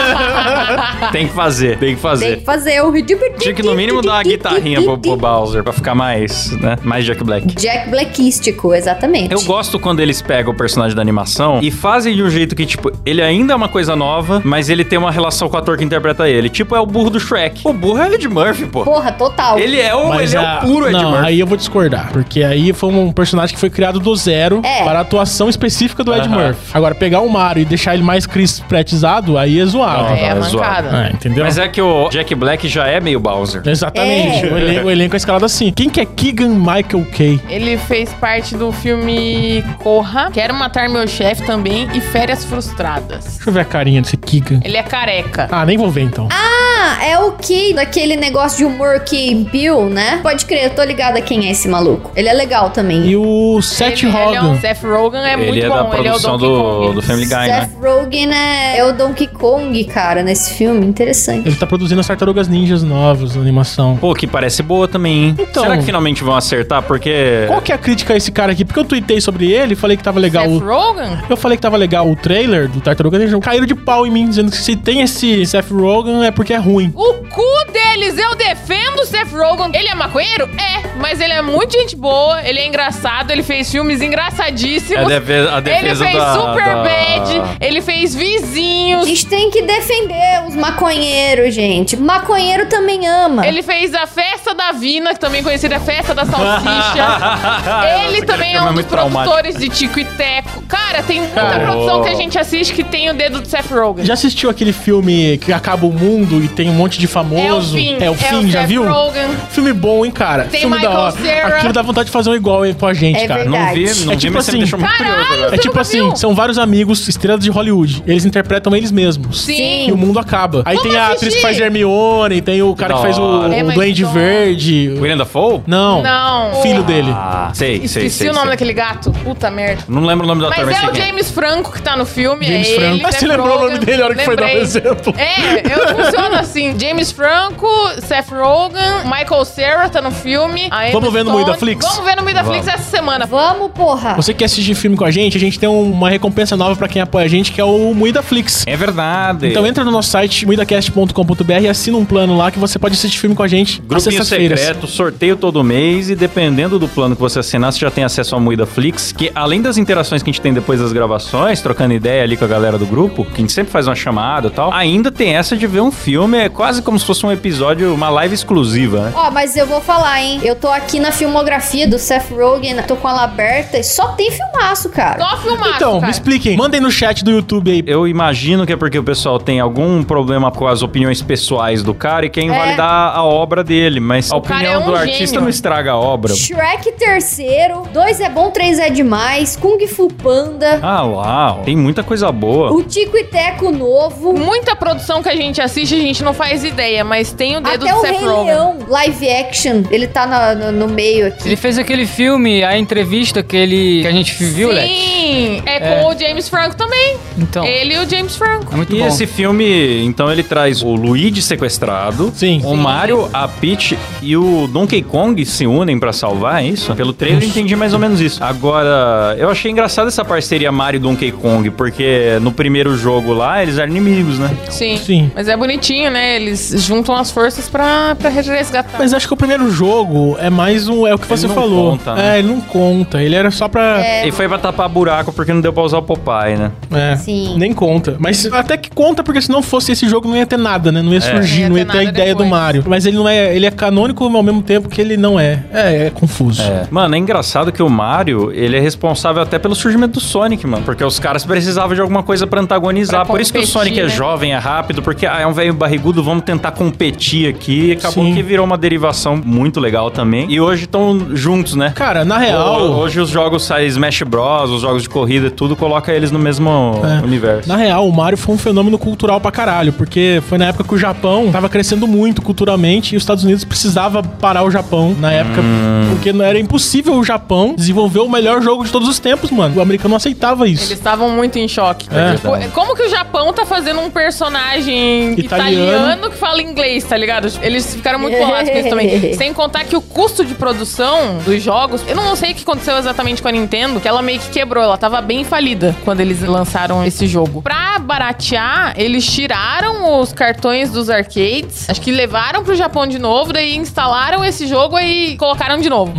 Tem que fazer, tem que Tem fazer. que fazer um o. Tinha que no mínimo dar uma guitarrinha pro, pro Bowser pra ficar mais, né? Mais Jack Black. Jack Blackístico, exatamente. Eu gosto quando eles pegam o personagem da animação e fazem de um jeito que, tipo, ele ainda é uma coisa nova, mas ele tem uma relação com o ator que interpreta ele. Tipo, é o burro do Shrek. O burro é o Ed Murphy, pô. Porra, total. Ele é o, Mas ele é a- o puro Ed não, Murphy. aí eu vou discordar. Porque aí foi um personagem que foi criado do zero É. para a atuação específica do Ed Aham. Murphy. Agora, pegar o Mario e deixar ele mais Chris Prattizado, aí é zoado. Não, É, é mancada. É, entendeu? Mas é que o Jack Black já é meio Bowser. Exatamente. É. O, elenco, o elenco é escalado assim. Quem que é Keegan Michael Kay? Ele fez parte do filme Corra, Quero Matar Meu Chefe também e Férias Frustradas. Deixa eu ver a carinha desse Keegan. Ele é careca. Ah, nem vou ver então. Ah, é o que daquele negócio de humor que Bill, né? Pode crer, eu tô ligada quem é esse maluco. Ele é legal também. E o Seth ele, ele é um- Rogen. Seth Rogen é ele muito é bom. da ele é o produção Donkey do, Kong. do Family Guy, né? Seth Rogen é, é o Donkey Kong, cara, nesse filme. Interessante. Ele tá produzindo as Tartarugas Ninjas novas na animação. Pô, que parece boa também, hein? Então. Será que finalmente vão acertar? Porque. Qual que é a crítica a esse cara aqui? Porque eu tuitei sobre ele e falei que tava legal Seth o... Rogen? Eu falei que tava legal o trailer do Tartaruga Ninja. Caíram de pau em mim, dizendo que se tem esse Seth Rogen é porque é ruim. O cu deles. Eu defendo o Seth Rogen. Ele é maconheiro? É. Mas ele é muito gente boa, ele é engraçado, ele fez filmes engraçadíssimos. É a defe- a ele defesa fez da- Superbad, da- ele fez A Vizinhos, gente tem que defender os maconheiros, gente. Maconheiro também ama. ele fez a Festa da Vina, que também é conhecida Festa da Salsicha. Ele Nossa, aquele também filme é um dos muito traumático. produtores de Tico e Teco. Cara, tem muita Cara. produção que a gente assiste que tem o dedo do Seth Rogen. Já assistiu aquele filme que acaba o mundo e tem um monte de famoso? É o fim, já Seth viu? Rogen. Filme bom, hein, cara? Tem filme Michael da hora. Cera. Aquilo dá vontade de fazer um igual hein, com a gente, É cara. verdade. Não vi, não É vi, tipo mas você me assim. deixou muito curioso agora. É tipo nunca assim, viu? são vários amigos, estrelas de Hollywood. Eles interpretam eles mesmos. Sim. E o mundo acaba. Aí tem a atriz que assistir. faz Hermione, tem o cara Da que faz o, hora. o Emma Duende Stone. Verde. William Dafoe? Não. Não. Filho dele. Ah, sei, sei, Esqueci sei, o nome sei. daquele gato. Puta merda. Não lembro o nome do ator, Mas mas é sei o quem James Franco que tá no filme. James é ele, Franco. Ah, Seth você lembrou o Rogan. nome dele na hora que foi dar o Lembrei. exemplo. É, eu funciono assim. James Franco, Seth Rogen, Michael Cera tá no filme. a Emma Vamos ver no Stone. Muidaflix? Vamos ver no Muidaflix essa semana. Vamos, porra. Você que assiste filme com a gente, a gente tem um- uma recompensa nova pra quem apoia a gente, que é o Moída Flix. É verdade. Então entra no nosso site, moidacast.com.br e assina um plano lá que você pode assistir filme com a gente às Grupinho sextas-feiras. secreto, sorteio todo mês e dependendo do plano que você assinar, você já tem acesso ao Moída Flix, que além das interações que a gente tem depois das gravações, trocando ideia ali com a galera do grupo, que a gente sempre faz uma chamada e tal, ainda tem essa de ver um filme, é quase como se fosse um episódio, uma live exclusiva, né? Ó, mas eu vou falar, hein? Eu tô aqui na filmografia do Seth Rogen, tô com ela aberta e só tem filmaço, cara. Só filmar. Então, me cara. expliquem. Mandem no chat do YouTube aí. Eu imagino que é porque o pessoal tem algum problema com as opiniões pessoais do cara e quer invalidar a obra dele, mas a É. O cara opinião é um do artista gênio. não estraga a obra. Shrek terceiro, dois é bom, três é demais, Kung Fu Panda, Ah lá, ó, tem muita coisa boa. o Tico e Teco novo, Muita produção que a gente assiste, a gente não faz ideia, mas tem o dedo até do o Seth Rei Rogen. Leão live action, ele tá na- no, no meio aqui. Ele fez aquele filme, a entrevista que ele que a gente viu, Lex. Sim, é com o James Franco também. Então, é Ele e o James Franco. muito E bom. esse filme, então, ele traz o Luigi sequestrado, Sim. o Mario, a Peach e o Donkey Kong se unem pra salvar, é isso? Pelo trailer eu entendi mais ou menos isso. Agora, eu achei engraçada essa parceria Mario e Donkey Kong, porque no primeiro jogo lá, eles eram inimigos, né? Sim. Sim. Mas é bonitinho, né? Eles juntam as forças pra, pra resgatar. Mas acho que o primeiro jogo é mais um. É o que você não falou. conta, né? É, ele não conta. Ele era só pra. É. E foi pra tapar buraco porque não deu pra usar o Popeye, né? Sim. Nem conta. Mas até que conta, porque se não fosse esse jogo, não ia ter nada, né? Não É. ia surgir, Não não ia ia ter ter a nada ideia depois. do Mario. Mas ele não é. Ele é canônico ao mesmo tempo que ele não é. É, é confuso. Mano, é engraçado que o Mario, ele é responsável até pelo surgimento do Sonic, mano. Porque os caras precisavam de alguma coisa pra antagonizar. Pra Por isso que o competir, Sonic é né? jovem, é rápido, porque ah, é um velho barrigudo, vamos tentar competir aqui. Acabou Sim. que virou uma derivação muito legal também. E hoje estão juntos, né? Cara, na Ho- real. Hoje os jogos saem Smash Bros, os jogos de corrida e tudo, coloca eles no mesmo É. universo. Na real, o Mario foi um fenômeno cultural pra caralho, porque foi na época que o Japão tava crescendo muito culturalmente e os Estados Unidos precisava parar o Japão na época, Hum. porque não era impossível o Japão desenvolver o melhor jogo de todos os tempos, mano. O americano não aceitava isso. Eles estavam muito em choque. É. Tipo, como que o Japão tá fazendo um personagem italiano. Italiano. que fala inglês, tá ligado? Eles ficaram muito bolados com isso também. Sem contar que o custo de produção dos jogos, eu não sei o que aconteceu exatamente com a Nintendo, que ela meio que quebrou, ela tava bem falida quando eles lançaram esse jogo. Pra baratear, eles tiraram os cartões dos arcades, acho que levaram pro Japão de novo, daí instalaram esse jogo e colocaram de novo.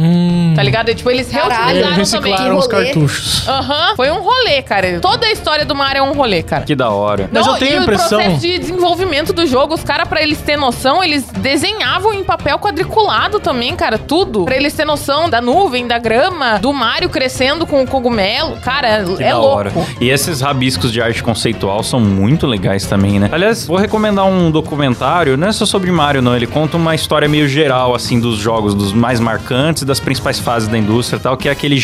Tá ligado? E, tipo, eles Caralho. reutilizaram Hum. também. reciclaram os rolê. cartuchos. Aham, foi um rolê, cara. Toda a história do Mario é um rolê, cara. Que da hora. Mas eu tenho e a o impressão- processo de desenvolvimento do jogo, os caras, pra eles terem noção, eles desenhavam em papel quadriculado também, cara, tudo. Pra eles terem noção da nuvem, da grama, do Mario crescendo com o cogumelo. Cara, Que é da louco. hora. E esses rabiscos de arte conceitual são muito legais também, né? Aliás, vou recomendar um documentário, não é só sobre Mario, não. Ele conta uma história meio geral, assim, dos jogos, dos mais marcantes, das principais fases da indústria e tal, que é aquele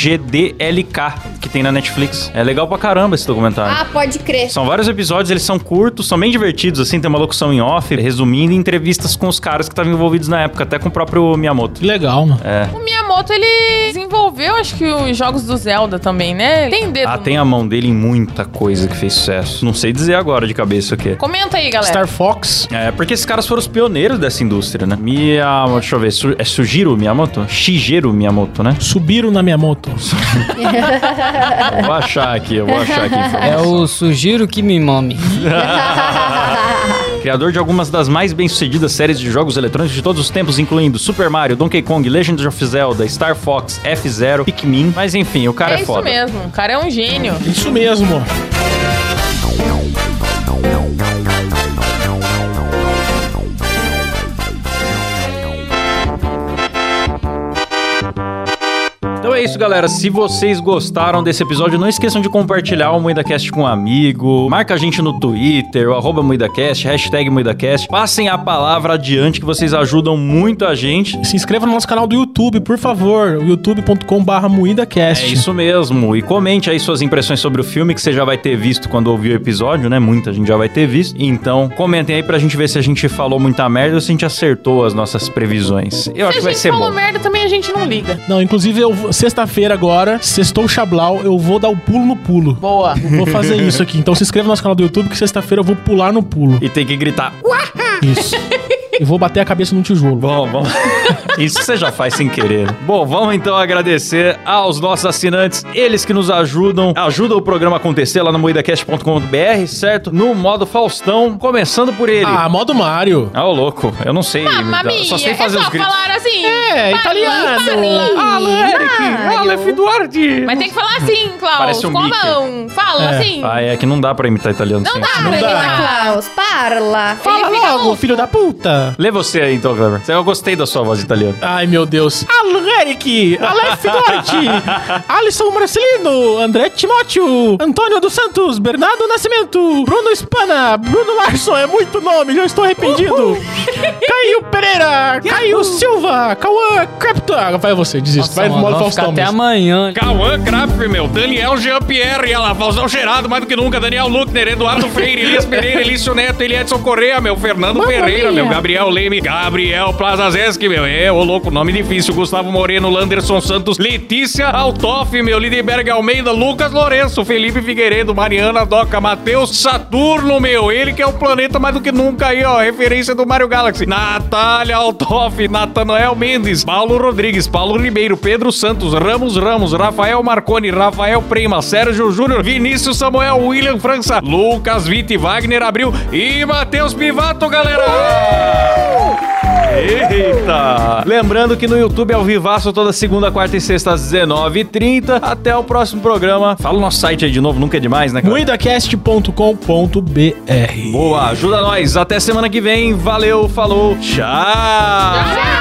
GDLK que tem na Netflix. É legal pra caramba esse documentário. Ah, pode é. crer. São vários episódios, eles são curtos, são bem divertidos, assim, tem uma locução em off, resumindo, e entrevistas com os caras que estavam envolvidos na época, até com o próprio Miyamoto. Que legal, mano. É. O Miyamoto, ele desenvolveu, acho que, os jogos do Zelda também, né? Tem dedo. Ah, tem a mão dele em muita coisa que fez sucesso. Não sei dizer agora de cabeça o que. Comenta aí, galera. Star Fox. É, porque esses caras foram os pioneiros dessa indústria, né? Miyamoto, deixa eu ver, Su, é Sujiro Miyamoto? Shigeru Miyamoto, né? Subiram na minha moto. Eu Vou É É achar aqui, eu vou achar aqui. a É informação. o Sugiro que me mame. criador de algumas das mais bem-sucedidas séries de jogos eletrônicos de todos os tempos, incluindo Super Mario, Donkey Kong, Legend of Zelda, Star Fox, F-Zero, Pikmin. Mas enfim, o cara é, é isso foda. mesmo. O cara é um gênio. Isso mesmo. Então é isso, galera. Se vocês gostaram desse episódio, não esqueçam de compartilhar o MuidaCast com um amigo. Marca a gente no Twitter, o arroba MuidaCast, hashtag MuidaCast. Passem a palavra adiante que vocês ajudam muito a gente. Se inscreva no nosso canal do YouTube, por favor. youtube.com.br moídacast. É isso mesmo. E comente aí suas impressões sobre o filme, que você já vai ter visto quando ouvir o episódio, né? Muita gente já vai ter visto. Então, comentem aí pra gente ver se a gente falou muita merda ou se a gente acertou as nossas previsões. Eu acho que Se a vai gente ser falou bom. merda também, a gente não liga. Não, inclusive, eu sexta-feira agora, sextou o Xablau, eu vou dar o pulo no pulo. Boa. Vou fazer isso aqui. Então se inscreva no nosso canal do YouTube que sexta-feira eu vou pular no pulo. E tem que gritar. Isso. Eu vou bater a cabeça num tijolo. Bom, bom. Isso você já faz sem querer. Bom, vamos então agradecer aos nossos assinantes, eles que nos ajudam, ajudam o programa a acontecer lá no moedacast.com.br, certo? No modo Faustão, começando por ele. Ah, Ah, modo Mario. ô louco, eu não sei. Mamma mia. só sei Ah, É fazer só os gritos. falar assim. É, italiano. Ah, Aleph Duarte! Mas tem que falar assim, Klaus. Parece um Com a Mickey. mão. Fala É. assim. Ah, é que não dá pra imitar italiano Não assim. dá né, pra Parla, imitar. Klaus, parla. Fala Ele fica logo, louco. filho da puta. Lê você aí então, Cleber. Eu gostei da sua voz italiana. Ai, meu Deus. Aleric, Aleph Duarte, Alisson Marcelino, André Timóteo, Antônio dos Santos, Bernardo Nascimento, Bruno Espana, Bruno Larson, é muito nome, eu estou arrependido. Caio Pereira, Caio Silva, Cauã Crepta. Vai você, desista, vai no modo Vamos ficar Faustão até mesmo. amanhã. Cauã Crapper, meu. Daniel Jean-Pierre. Olha lá, Faustão Gerado, mais do que nunca. Daniel Luckner, Eduardo Freire, Elias Pereira, Elício Neto, Eli Edson Correa, meu. Fernando Pereira, meu. Gabriel Leme, Gabriel Plazazeski, meu. É, ô louco, nome difícil. Gustavo Moreno, Landerson Santos, Letícia Altoff, meu. Lidenberg Almeida, Lucas Lourenço, Felipe Figueiredo, Mariana Doca, Matheus Saturno, meu. Ele que é o planeta mais do que nunca aí, ó. Referência do Mario Galaxy. Natália Altoff, Natanoel Mendes, Paulo Rodrigues, Paulo Ribeiro, Pedro Santos, Ramos Ramos, Rafael Marconi, Rafael Prima, Sérgio Júnior, Vinícius Samuel, William França, Lucas Vitti, Wagner Abril e Matheus Pivato, galera! Eita! Lembrando que no YouTube é o Vivaço toda segunda, quarta e sexta às 19h30. Até o próximo programa. Fala o nosso site aí de novo, nunca é demais, né, cara? Muidacast.com.br Boa, ajuda nós. Até semana que vem. Valeu, falou. Tchau. Ah!